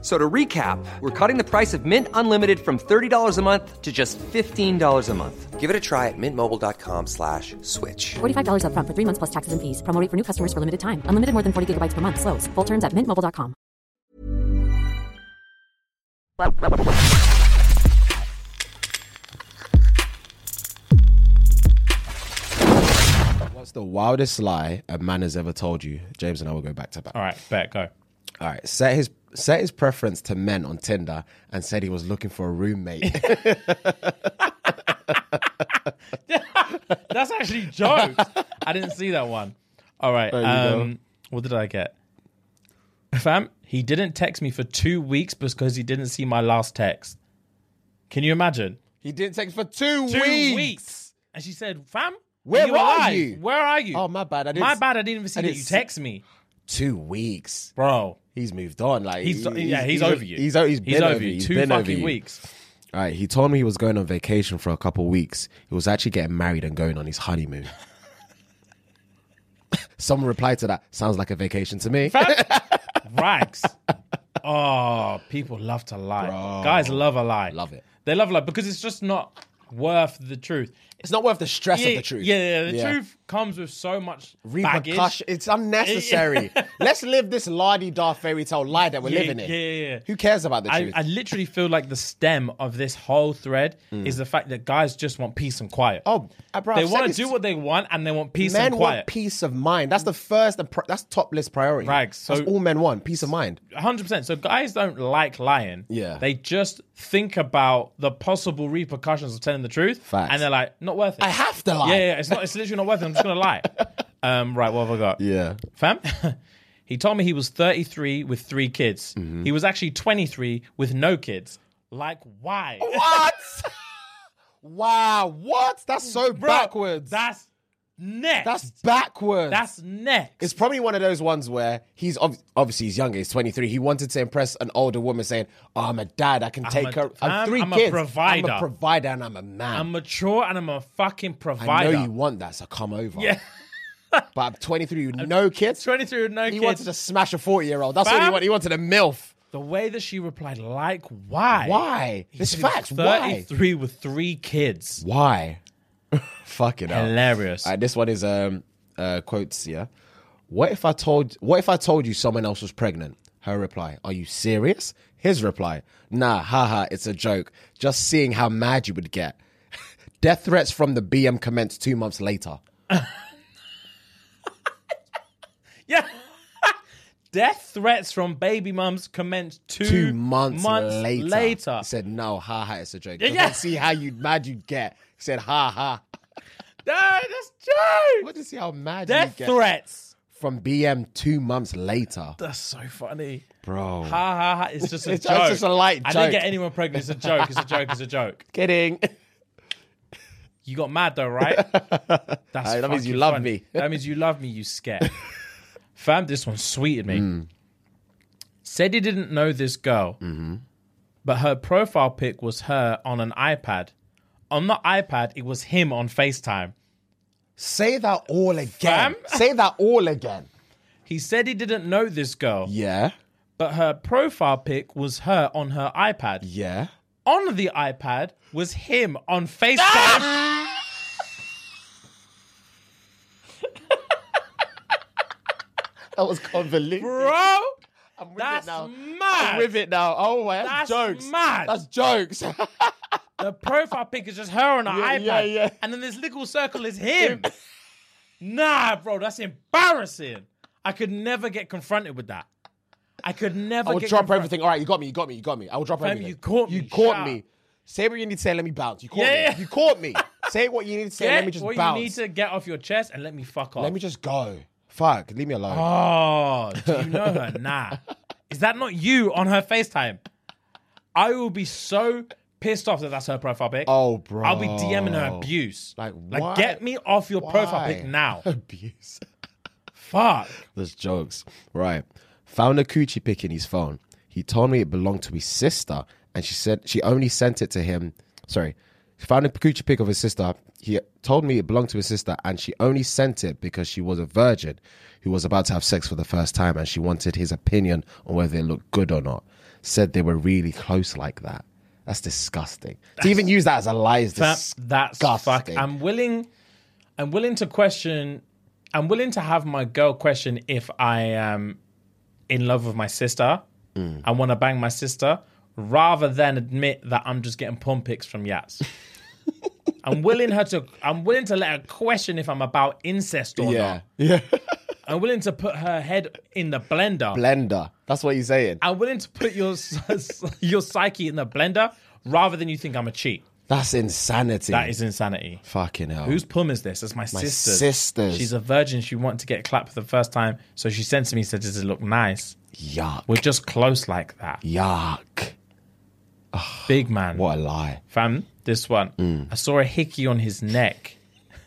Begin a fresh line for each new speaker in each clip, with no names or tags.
So to recap, we're cutting the price of Mint Unlimited from $30 a month to just $15 a month. Give it a try at mintmobile.com slash switch.
$45 upfront for three months plus taxes and fees. Promo rate for new customers for limited time. Unlimited more than 40 gigabytes per month. Slows. Full terms at mintmobile.com.
What's the wildest lie a man has ever told you? James and I will go back to back.
All right, bet go.
All right. Set his set his preference to men on Tinder and said he was looking for a roommate.
That's actually jokes. I didn't see that one. All right. Um, what did I get? Fam, he didn't text me for two weeks because he didn't see my last text. Can you imagine?
he didn't text for two,
Two
weeks.
weeks. And she said, "Fam,
Where
you
were
alive?
you?
Where are you?
Oh, my bad. I didn't
my
s-
bad. I didn't even see
I
that
didn't
you
s-
text me,
Two weeks.
bro.
He's moved on. Like
He's,
he-
yeah, he's, over you.
He's, o- he's been over you. He's
Two
been over
fucking
you.
weeks.
All right. He told me he was going on vacation for a couple weeks. He was actually getting married and going on his honeymoon. Someone replied to that. Sounds like a vacation to me.
rags. oh, people love to lie. Guys love a lie.
Love it.
They love a lie because it's just not worth the truth.
It's not worth the stress
yeah, Yeah, yeah, the truth comes with so much baggage.
repercussion. It's unnecessary. Let's live this lardy da fairy tale lie that we're
Yeah,
living in.
yeah, yeah, yeah.
Who cares about the
I,
truth?
I literally feel like the stem of this whole thread is the fact that guys just want peace and quiet.
Mm. Oh, uh, bro,
they
I've said
want to
this-
do what they want and they want peace
men
and quiet.
want peace of mind. That's the first. And pri- that's top list priority.
Right, so-
that's all men want. Peace of mind.
hundred percent. So guys don't like lying.
Yeah.
they just think about the possible repercussions of telling the truth,
Facts.
and they're like, not worth it.
I have to lie.
Yeah, yeah, yeah. it's not. It's literally not worth it. I'm just gonna lie. Um, right, what have I got?
Yeah.
fam. he told me he was 33 with three kids.
Mm-hmm.
He was actually 23 with no kids. Like, why?
Oh, What? wow. What? That's so
Bro,
backwards.
That's next.
that's backwards.
that's next.
It's probably one of those ones where he's ob- obviously he's younger, he's 23. He wanted to impress an older woman saying, oh, I'm a dad, I can take
a-
care of I'm
I'm-
three
I'm a
kids. I'm
provider."
a provider and I'm a man.
I'm mature and I'm a fucking
I
provider.
know you want that, so come over.
Yeah.
but I'm 23, with no kids.
23 with no
he
kids.
wanted to smash a 40 year old. That's what he
Fam.
wanted. He wanted a MILF.
The way that she replied, like, why?
Why?
He
It's
said he was
facts. Why?
33 with three kids.
Why? Fucking hell.
Hilarious.
All right, this one is um uh, quotes. Yeah. What if I told What if I told you someone else was pregnant? Her reply: Are you serious? His reply: Nah, haha, it's a joke. Just seeing how mad you would get. Death threats from the BM commenced two months later.
Yeah. Death threats from baby mums commenced two,
Two months,
later.
later. He said, No, haha, it's a joke.
Yeah,
Just
yeah.
yeah. see how you mad you get. He said, Ha ha.
No, that's true.
What to see how mad
Death
you get
threats.
from BM two months later,
That's so funny.
bro.
Ha ha ha. It's just a
It's
joke.
just- it's just a light
I didn't
joke.
get anyone pregnant. It's a joke. It's a joke. It's a joke.
Kidding.
You got mad though, right? That's
Hey, that means you
fucking
love
funny.
me.
that means you love me, you scat. Fam, this one sweeted me.
Hmm.
Said he didn't know this girl,
Mm-hmm.
but her profile pic was her on an iPad. On the iPad, it was him on FaceTime.
Say that all again.
Fam?
Say that all again.
He said he didn't know this girl,
Yeah.
but her profile pic was her on her iPad.
Yeah.
on the iPad was him
Ah!
on FaceTime.
That was convoluted.
Bro,
I'm with
that's
it now.
mad.
I'm with it now. Oh my, that's,
That's
jokes.
mad.
That's jokes.
the profile pic is just her on an
Yeah,
iPad.
yeah, yeah.
And then this little circle is him. nah, bro, that's embarrassing. I could never get confronted with that. I could never
I will
get
Oh, drop
confronted-
everything. All right, you got me. You got me. You got me. I will drop
Fam,
everything.
you caught
You
me.
caught
Shut
me.
up.
Say what you need to say. Let me bounce. You caught
Yeah,
me.
yeah.
You caught me. say what you need to say.
Get
let me just
what
bounce.
you need to get off your chest and let me fuck off.
Let me just go. Fuck. Leave me alone.
Oh, do you know her? Nah. Is that not you on her FaceTime? I will be so pissed off that that's her profile pic.
Oh, bro.
I'll be DMing her abuse.
Like, why?
like get me off your profile pic
Why?
now.
Abuse.
Fuck.
There's jokes. Right. Found a coochie pic in his phone. He told me it belonged to his sister, and she said she only sent it to him. Sorry, found a coochie pic of his sister. He told me it belonged to his sister, and she only sent it because she was a virgin who was about to have sex for the first time, and she wanted his opinion on whether it looked good or not. Said they were really close like that. That's disgusting. to even use that as a lie is
That,
disgusting.
that's fuck. I'm willing. I'm willing to question. I'm willing to have my girl question if I am in love with my sister.
Hmm.
I want to bang my sister, rather than admit that I'm just getting porn pics from Yats. I'm willing her to. I'm willing to let her question if I'm about incest or
yeah,
not.
yeah.
I'm willing to put her head in the blender.
Blender. That's what you're saying.
I'm willing to put your your psyche in the blender, rather than you think I'm a cheat.
That's insanity.
That is insanity.
fucking hell.
Whose pum is this? It's my, sister's.
sister's.
She's a virgin. She wanted to get clapped for the first time. So she sent to me, said, Does it look nice?
yuck?
We're just close like that.
yuck.
Big man.
What Mm. a lie.
Fam, this one. I saw a hickey on his neck.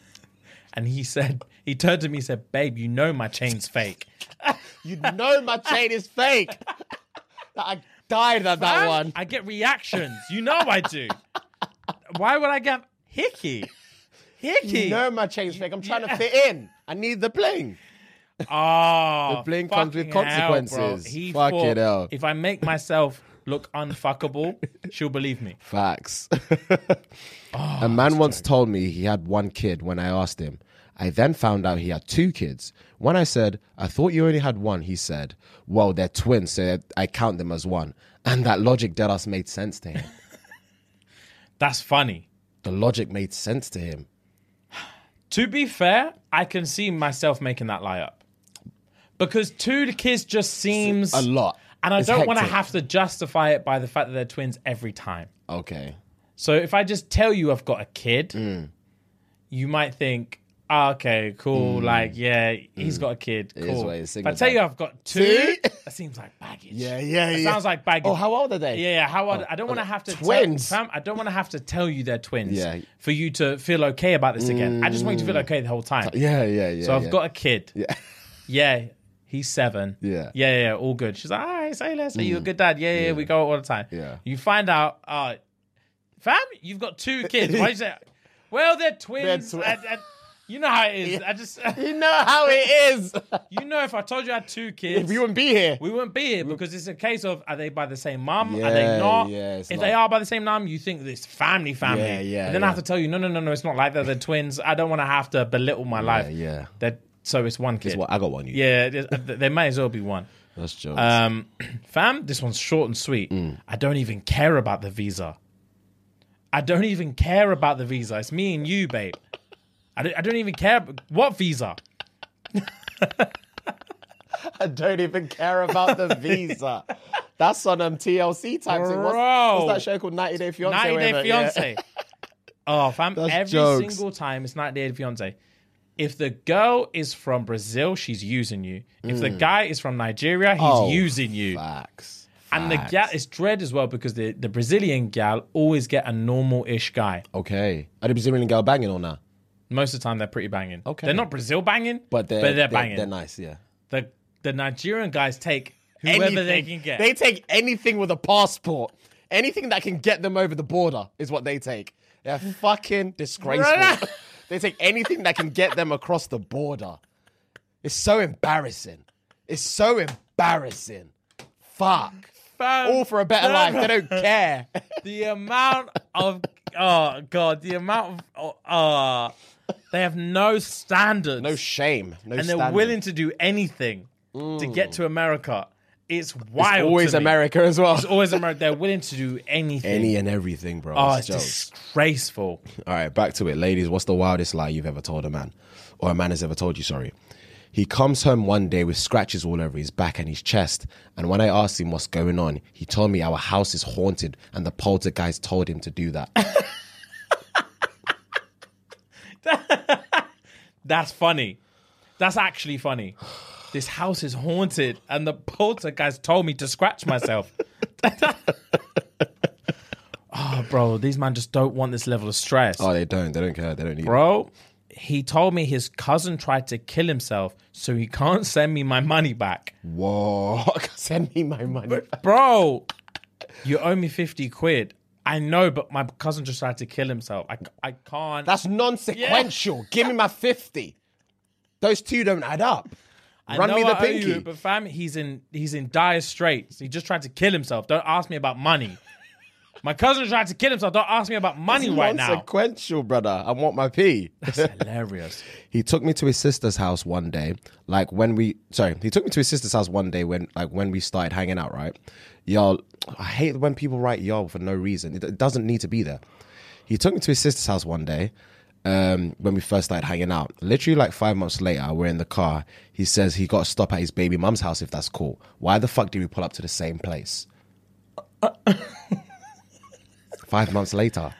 and he said, He turned to me and said, Babe, you know my chain's fake.
You know my chain is fake. I died at that
Fam,
one.
I get reactions. You know I do. Why would I get hickey? Hickey.
You know my chain's fake. I'm trying to fit in. I need the bling.
Oh,
The bling comes with
fucking hell, bro.
consequences.
He
Fucking
thought,
hell.
If I make myself look unfuckable, she'll believe me.
Facts.
Oh,
a man once told me he had one kid when I asked him. I then found out he had two kids. When I said, I thought you only had one, he said, Well, they're twins, so I count them as one. And that logic dead ass made sense to him.
That's funny.
the logic made sense to him.
To be fair, I can see myself making that lie up because two kids just seems
A lot.
and I
It's
don't want to
hectic.
have to justify it by the fact that they're twins every time.
Okay.
So if I just tell you I've got a kid,
Mm.
you might think, "Ah, okay, cool, like yeah, he's got a kid, cool.
what Mm. it is,
if I
single
tell
dad.
you I've got two, that seems like baggage.
yeah,
It sounds like baggage.
Oh, how old are they?
Yeah, yeah. How old? I don't want to have to tell-
Oh, Twins.
fam, I don't want to have to tell you they're twins.
Yeah. Mm.
For you to feel okay about this again. I just want you to feel okay the whole time.
Yeah, yeah, yeah.
So I've
yeah.
got a kid. Yeah. Yeah. He's seven.
Yeah. Mm.
Yeah, yeah, yeah, all good. She's like, all right, say less. Are you a good dad? Yeah, yeah, we go out all the time.
Yeah.
You find out, uh, fam, you've got two kids. Why you say, well, they're twins.
twi-
I- I- you know how it is. I just,
You know how it is.
you know, if I told you I had two kids,
if you wouldn't be here.
we wouldn't be here because it's a case of are they by the same mum? are
Yeah,
they not?
yeah,
if
it's
they
not-
are by the same mum, you think this family family.
Yeah, yeah,
And then I
yeah.
have to tell you, no, no, no, no, it's not like that. They're twins. I don't want to have to belittle my life.
yeah.
That so it's one kid.
Well, I got one. You.
Yeah, it is- uh, th- there may as well be one.
That's jokes.
Um, fam, this one's short and sweet.
Mm.
I don't even care about the visa. I don't even care about the visa. It's me and you, babe. I don't, I don't even care. ab- What visa?
I don't even care about the visa. That's on um, TLC type thing. What's,
Bro.
what's that show called? 90 Day Fiance.
90 Day
whatever, yeah.
Fiance. Oh, fam,
That's
every
jokes.
single time it's 90 Day Fiance. If the girl is from Brazil, she's using you. If the guy is from Nigeria, he's
Mm. Oh,
using you.
Facts.
And the gal is dread as well because the, the Brazilian gal always get a normal ish guy.
Okay. Are the Brazilian girl banging or not?
Most of the time they're pretty banging.
Okay.
They're not Brazil banging,
But they're,
but
they're,
they're banging.
They're nice, yeah.
The the Nigerian guys take whoever they can get.
They take anything with a passport. Anything that can get them over the border is what they take. They're fucking disgraceful.
Brother.
they take anything that can get them across the border. It's so embarrassing. It's so embarrassing. Fuck.
Fam,
All for a better life. They don't care.
the amount of oh god, the amount of oh, ah. they have no standards,
No shame. No
and they're
standard.
willing to do anything to get to America. It's wild.
It's always
to me.
America as well.
It's always America. They're willing to do anything.
Any and everything, bro.
oh,
It's
it's
jokes.
disgraceful.
All right, back to it, ladies. What's the wildest lie you've ever told a man, or a man has ever told you? Sorry. He comes home one day with scratches all over his back and his chest. And when I asked him what's going on, he told me our house is haunted and the poltergeist told him to do that.
That's funny. That's actually funny. This house is haunted, and the poltergeist told me to scratch myself. oh, bro, these man just don't want this level of stress,
oh, they don't. They don't care. They don't need. it.
bro. He told me his cousin tried to kill himself, so he can't send me my money back.
Whoa. Send me my money.
Bro, you owe me 50 quid. I know, but my cousin just tried to kill himself. I, I can't.
That's non sequential. Give me my 50. Those two don't add up.
I
Run
know
me the
I owe
pinky.
you it, but fam, he's in he's in dire straits. He just tried to kill himself. Don't ask me about money. my cousin tried to kill himself. Don't ask me about money right now.
Non-sequential, brother. I want my P.
Hilarious.
he took me to his sister's house one day like when we sorry he took me to his sister's house one day when like when we started hanging out right y'all i hate when people write y'all for no reason it, it doesn't need to be there he took me to his sister's house one day um, when we first started hanging out literally like five months later we're in the car he says he got to stop at his baby mum's house if that's cool why the fuck did we pull up to the same place five months later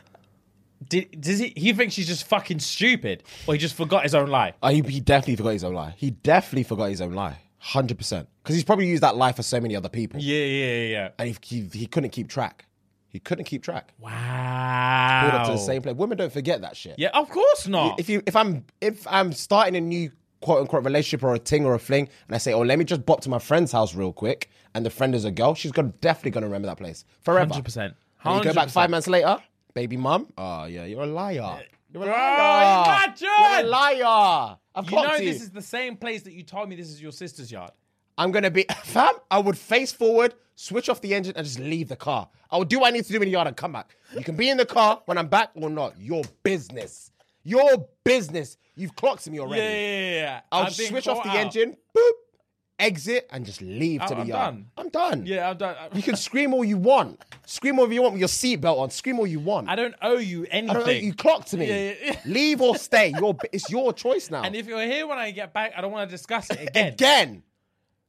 Did, does he? He thinks he's just fucking stupid, or he just forgot his own lie.
Oh, he, he definitely forgot his own lie. He definitely forgot his own lie. 100%. Because he's probably used that lie for so many other people.
Yeah, yeah, yeah, yeah.
And he, he, he couldn't keep track. He couldn't keep track. Pulled up
Wow.
to the same place. Women don't forget that shit.
Yeah, of course not.
If you if I'm if I'm starting a new quote unquote relationship or a ting or a fling and I say, oh, let me just bop to my friend's house real quick, and the friend is a girl, she's gonna definitely gonna remember that place. Forever.
100%.
And you go back
100%.
five months later, baby mum. Oh yeah, you're a liar. You're a
Bro,
liar. You're a
imagine!
liar. I've
you
clocked
know
you.
this is the same place that you told me this is your sister's yard.
I'm gonna be fam. I would face forward, switch off the engine, and just leave the car. I will do what I need to do in the yard and come back. You can be in the car when I'm back or not. Your business. Your business. You've clocked me already.
Yeah, yeah, yeah, yeah.
I'll
I've
just
been
switch off
caught
the
out.
engine, boop, exit, and just leave to
I-
the
I'm
yard.
done.
I'm done.
Yeah, I'm done.
You can scream all you want. Scream all you want with your seatbelt on. Scream all you want.
I don't owe you anything.
I don't know. You clocked me.
Yeah, yeah, yeah.
Leave or stay. Your bu- it's your choice now.
And if you're here when I get back, I don't want to discuss it again.
Again.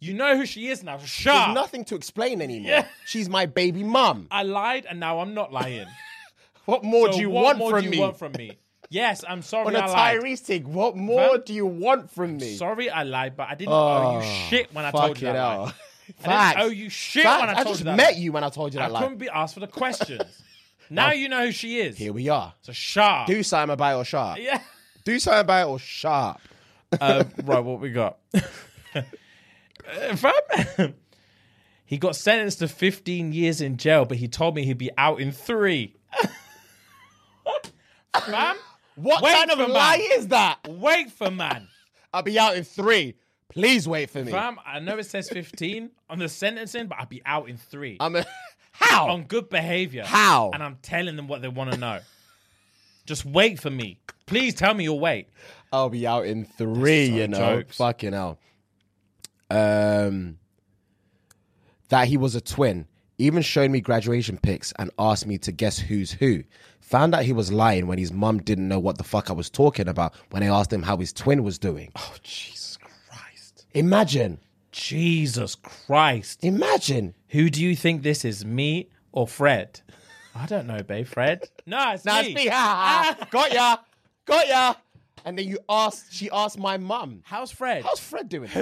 You know who she is now. Shut
There's
up.
nothing to explain anymore.
Yeah.
She's my baby mum.
I lied, and now I'm not lying.
What more
So
do you
what
want
more
from
do you
me?
want from me? Yes, I'm sorry.
On a
I lied.
Tyrese thing, what more
Fam?
do you want from me?
Sorry, I lied, but I didn't owe
Ah,
you shit when I told you that. lie. I
Facts.
didn't owe you shit
Facts.
when I,
I
told
just
you that.
met
lie.
you when I told you
I
that lie.
couldn't be asked for the questions. now you know who she is.
Here we are.
so shut up.
Do something about it or sharp.
Yeah.
Do something about it or sharp.
Uh, right, what we got? Uh, fam- he got sentenced to 15 years in jail, but he told me he'd be out in three. Fam,
What
Wait
kind of
for
a
man.
lie is that?
wait for man.
I'll be out in three. Please wait for me.
Fam, I know it says 15 on the sentencing, but I'll be out in three.
I'm a how?
on good behavior.
How?
And I'm telling them what they want to know. Just wait for me. Please tell me you'll wait.
I'll be out in three.
so
you know,
jokes.
fucking hell. Um, that he was a twin. Even showed me graduation pics and asked me to guess who's who. Found out he was lying when his mum didn't know what the fuck I was talking about when I asked him how his twin was doing.
Oh, Jesus Christ.
Imagine,
Jesus Christ.
imagine.
Who do you think this is, me or Fred? I don't know, babe. Fred? No, it's
Nah,
me.
it's me. Ha, ha, ha. got ya, got ya. And then you asked. She asked my mum,
How's Fred?
"How's Fred doing?"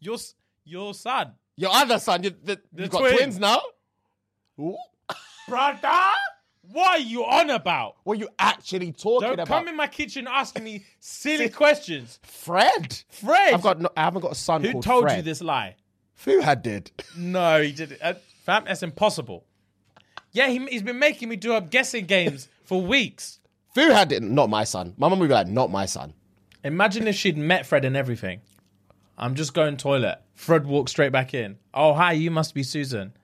your, s- your son.
Your other son. You, the, you've got
twin.
twins now. Ooh.
Brother? What are you on about?
What are you actually talking
Don't
about?
come in my kitchen asking me silly questions.
Fred.
Fred?
I've got. No, I haven't got a son.
Who
called
told
Fred.
you this lie?
Fuhad did.
No, he didn't. Uh, fam, that's impossible. Yeah, he, he's been making me do up guessing games for weeks.
Fuhad didn't. Not my son. My mum would be like, not my son.
Imagine if she'd met Fred and everything. I'm just going toilet. Fred walks straight back in. Oh, hi, you must be Susan.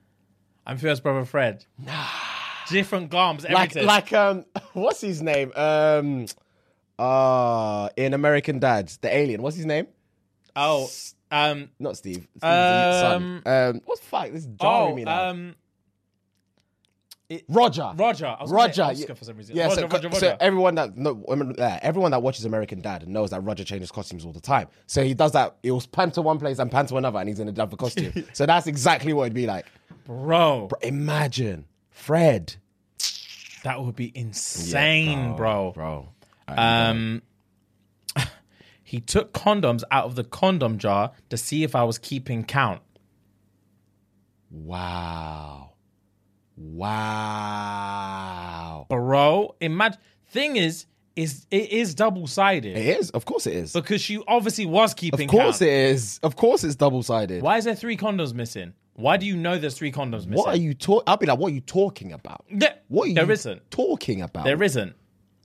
I'm first brother Fred. Nah. Different garms,
Like,
everything.
like, um, what's his name? Um, uh, in American Dads, the alien. What's his name?
oh, um,
Not Steve. Steve's um, son. Um, what's fuck? This is jarring
oh,
me now.
um,
Roger.
Roger. I was gonna
Roger.
say Oscar
yeah.
for some reason.
Yeah,
Roger,
so,
Roger,
so
Roger.
everyone that no, uh, everyone that watches American Dad knows that Roger changes costumes all the time. So he does that. He was pan to one place and pan to another, and he's in a different costume. so that's exactly what it'd be like.
bro,
Imagine Fred.
that would be insane, bro.
Bro.
Um, he took condoms out of the condom jar to see if I was keeping count.
Wow. Wow.
Bro, imagine. Thing is, is it is double sided
It is. Of course it is.
because she obviously was
Of
keeping.
course
count.
it is. Of course it's double sided.
Why is there three condoms missing? Why do you know there's three condoms missing?
What are you talking? I'll be like, what are you talking about?
There-
What are you
there isn't.
talking about?
There isn't.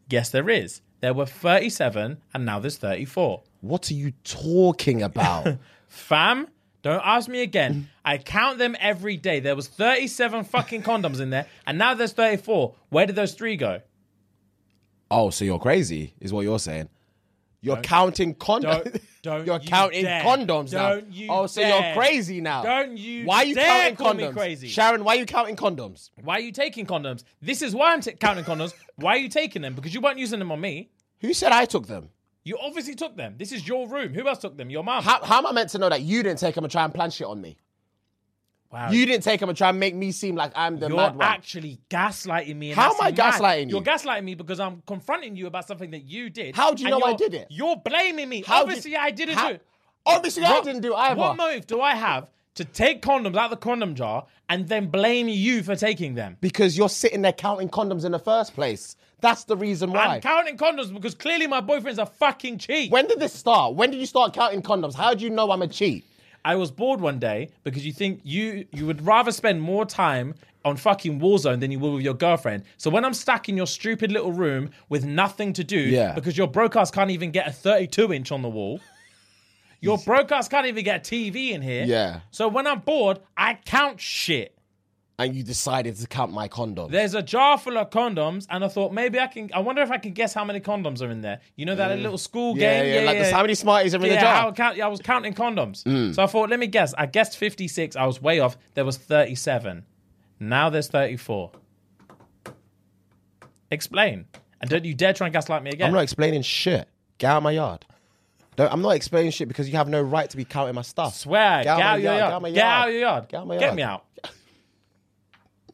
Yes, there is. There were 37 and now there's 34.
What are you talking about?
Fam, don't ask me again. I count them every day. There was 37 fucking condoms in there and now there's 34. Where did those three go?
oh, so you're crazy, is what you're saying. You're counting condoms.
don't- don't
you're
you
counting
dare.
condoms now.
Don't you
oh, so
dare.
you're crazy now.
Don't you
Why are you
dare
counting
call me
condoms?
crazy.
Sharon, why are you counting condoms?
Why are you taking condoms? This is why I'm t- counting condoms. why are you taking them? Because you weren't using them on me.
Who said I took them?
You obviously took them. This is your room. Who else took them? Your mom.
How, how am I meant to know that you didn't take them and try and plan shit on me?
Wow.
You didn't take them and try and make me seem like I'm the
You're
mad one.
actually gaslighting me. And
How
that's
am I
mad.
gaslighting
You're
you?
gaslighting me because I'm confronting you about something that you did.
How do you
and
know I
you're-
did it?
You're blaming me.
How did-
Obviously, I didn't
how-
do it.
Obviously, I
What-
didn't do either.
What motive do I have to take condoms out of the condom jar and then blame you for taking them?
because you're sitting there counting condoms in the first place. That's the reason why.
I'm counting condoms because clearly my boyfriend's a fucking cheat.
when did this start? When did you start counting condoms? How do you know I'm a cheat?
I was bored one day because you think you you would rather spend more time on fucking Warzone than you will with your girlfriend. So when I'm stuck in your stupid little room with nothing to do,
Yeah.
because your broadcast can't even get a 32 inch on the wall, your broadcast can't even get a TV in here.
Yeah.
So when I'm bored, I count shit.
And you decided to count my condoms.
There's a jar full of condoms, and I thought maybe I can. I wonder if I can guess how many condoms are in there. You know that little school
Mm. yeah,
game.
yeah, like this, how many Smarties are in the
yeah,
jar? Mm.
I, would count- yeah, I was counting condoms. So I thought, let me guess. I guessed 56. I was way off. There was 37. Now there's 34. Explain. And don't you dare try and gaslight me again.
I'm not explaining shit. Get out of my yard. Don't, I'm not explaining shit because you have no right to be counting my stuff.
Swear.
Get out,
of
my
your
Get out my yard.
yard. Get out of your yard.
Get out my
Get
yard.
me out.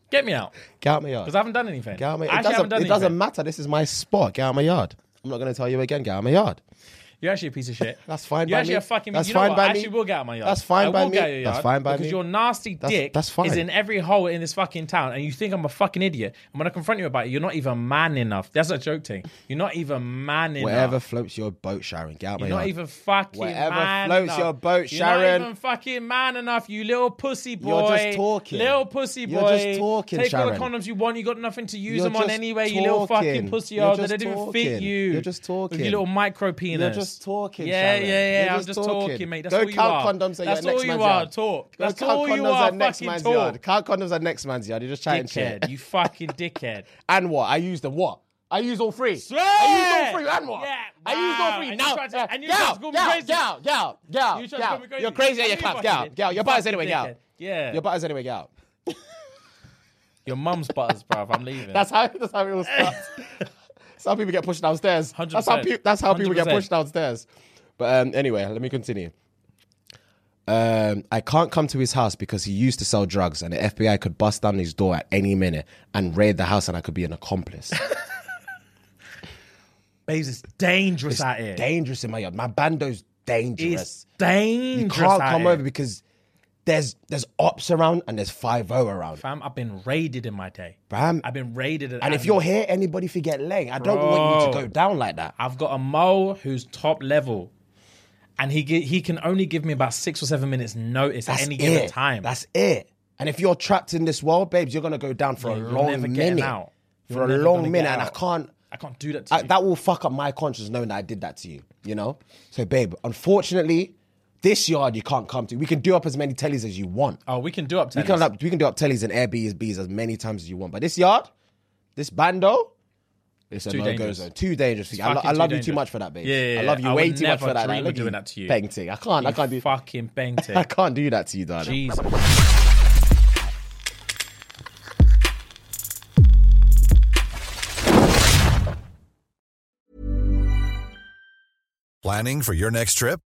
Get me out.
Get out my yard.
Because I haven't done anything.
Get out my,
I
it
actually
doesn't,
haven't done
it doesn't
anything.
matter. This is my spot. Get out of my yard. I'm not going to tell you again. Get out of my yard.
You're actually a piece of shit.
That's fine
You're
by
actually
me.
a fucking.
That's
you know
fine
what?
by
I actually
me.
will get out of my yard.
That's fine
I
by
will
me.
Get out of your
That's
yard
fine by
because
me.
your nasty
That's-
dick
that's fine.
is in every hole in this fucking town, and you think I'm a fucking idiot. And when I confront you about it, you're not even man enough. That's a joke thing. You're not even man enough.
Whatever floats your boat, Sharon. Get out my
You're
yard.
not even fucking
Whatever
man
floats
enough.
your boat,
You're
Sharon.
not even fucking man enough, you little pussy boy.
You're just talking.
Little pussy boy.
You're just talking,
Take all the
Sharon.
condoms you want. You got nothing to use
You're
them on
just
anyway, you little fucking
talking.
pussy
You're
hole. They
just
don't even fit
talking.
you.
You're just
With your
talking.
little micro penis.
just talking,
Yeah,
Sharon.
yeah, yeah.
You're
I'm
just
just talking,
talking.
mate. That's
Go
all you
count
are.
condoms at your
That's
next
all you
man's
are.
yard.
Talk.
Go
That's
count
all you
condoms
are.
at next
Fucking
man's
talk.
yard. Count condoms at next man's yard. You're just chatting
Dickhead.
shit.
You fucking dickhead.
And what? I used them. What? I used all three.
Swear!
I used all three. And what?
Yeah,
I used
wow.
all three.
And you
now,
tried to-
yeah,
and you
get
tried to
out,
call me
get out,
crazy.
Get out, get out, get out,
You
get
tried to call me
out.
crazy.
You're crazy at
You
your claps.
fucking
Get out,
did.
get out.
You
Your butters
fucking
anyway, get out.
dickhead. Yeah.
Your butters anyway, get out.
Your mum's butters, bruv. I'm leaving.
That's how, that's how it all starts. that's how people get pushed downstairs. That's how,
100%.
pe- that's how people get
100%.
pushed downstairs. But um, anyway, let me continue. Um, I can't come to his house because he used to sell drugs, and the FBI could bust down his door at any minute and raid the house, and I could be an accomplice.
Babes, it's dangerous out here.
dangerous in my yard. My bando's dangerous.
It's dangerous.
you can't
out
come
here.
over because there's there's ops around and there's five o around.
Fam, I've been raided in my day.
Fam.
I've been raided. At
And if you're here, anybody could get leg. I don't want you to
Bro.
go down like that.
I've got a mole who's top level, and he gi- he can only give me about six or seven minutes notice
That's
at any
it.
given time.
That's it. And if you're trapped in this world, babes, you're gonna go down for
You're
a long
never getting
minute.
out. You're
For a
never gonna
long
get
minute, and I
out.
can't.
I can't do that to
I,
you.
that will fuck up my conscience knowing that I did that to you. You know. So, babe, unfortunately, this yard you can't come to. We can do up as many tellies as you want.
oh, we can do up
We
tennis.
can, up, we can do up tellies and Airbnbs as many times as you want. But this yard, this bando, it's,
too
a no-go
dangerous.
zone. Too dangerous for you. I, lo-
fucking
I
too
love you
dangerous.
too much for that, babe.
Yeah, yeah, yeah.
I love you
I
way
would
too much
never
for that.
dream
Like,
of
look at
doing
you,
that to you.
Painting. I can't. I can't do.
fucking banged
I
it.
can't do that to you, darling.
Jesus.
Planning for your next trip?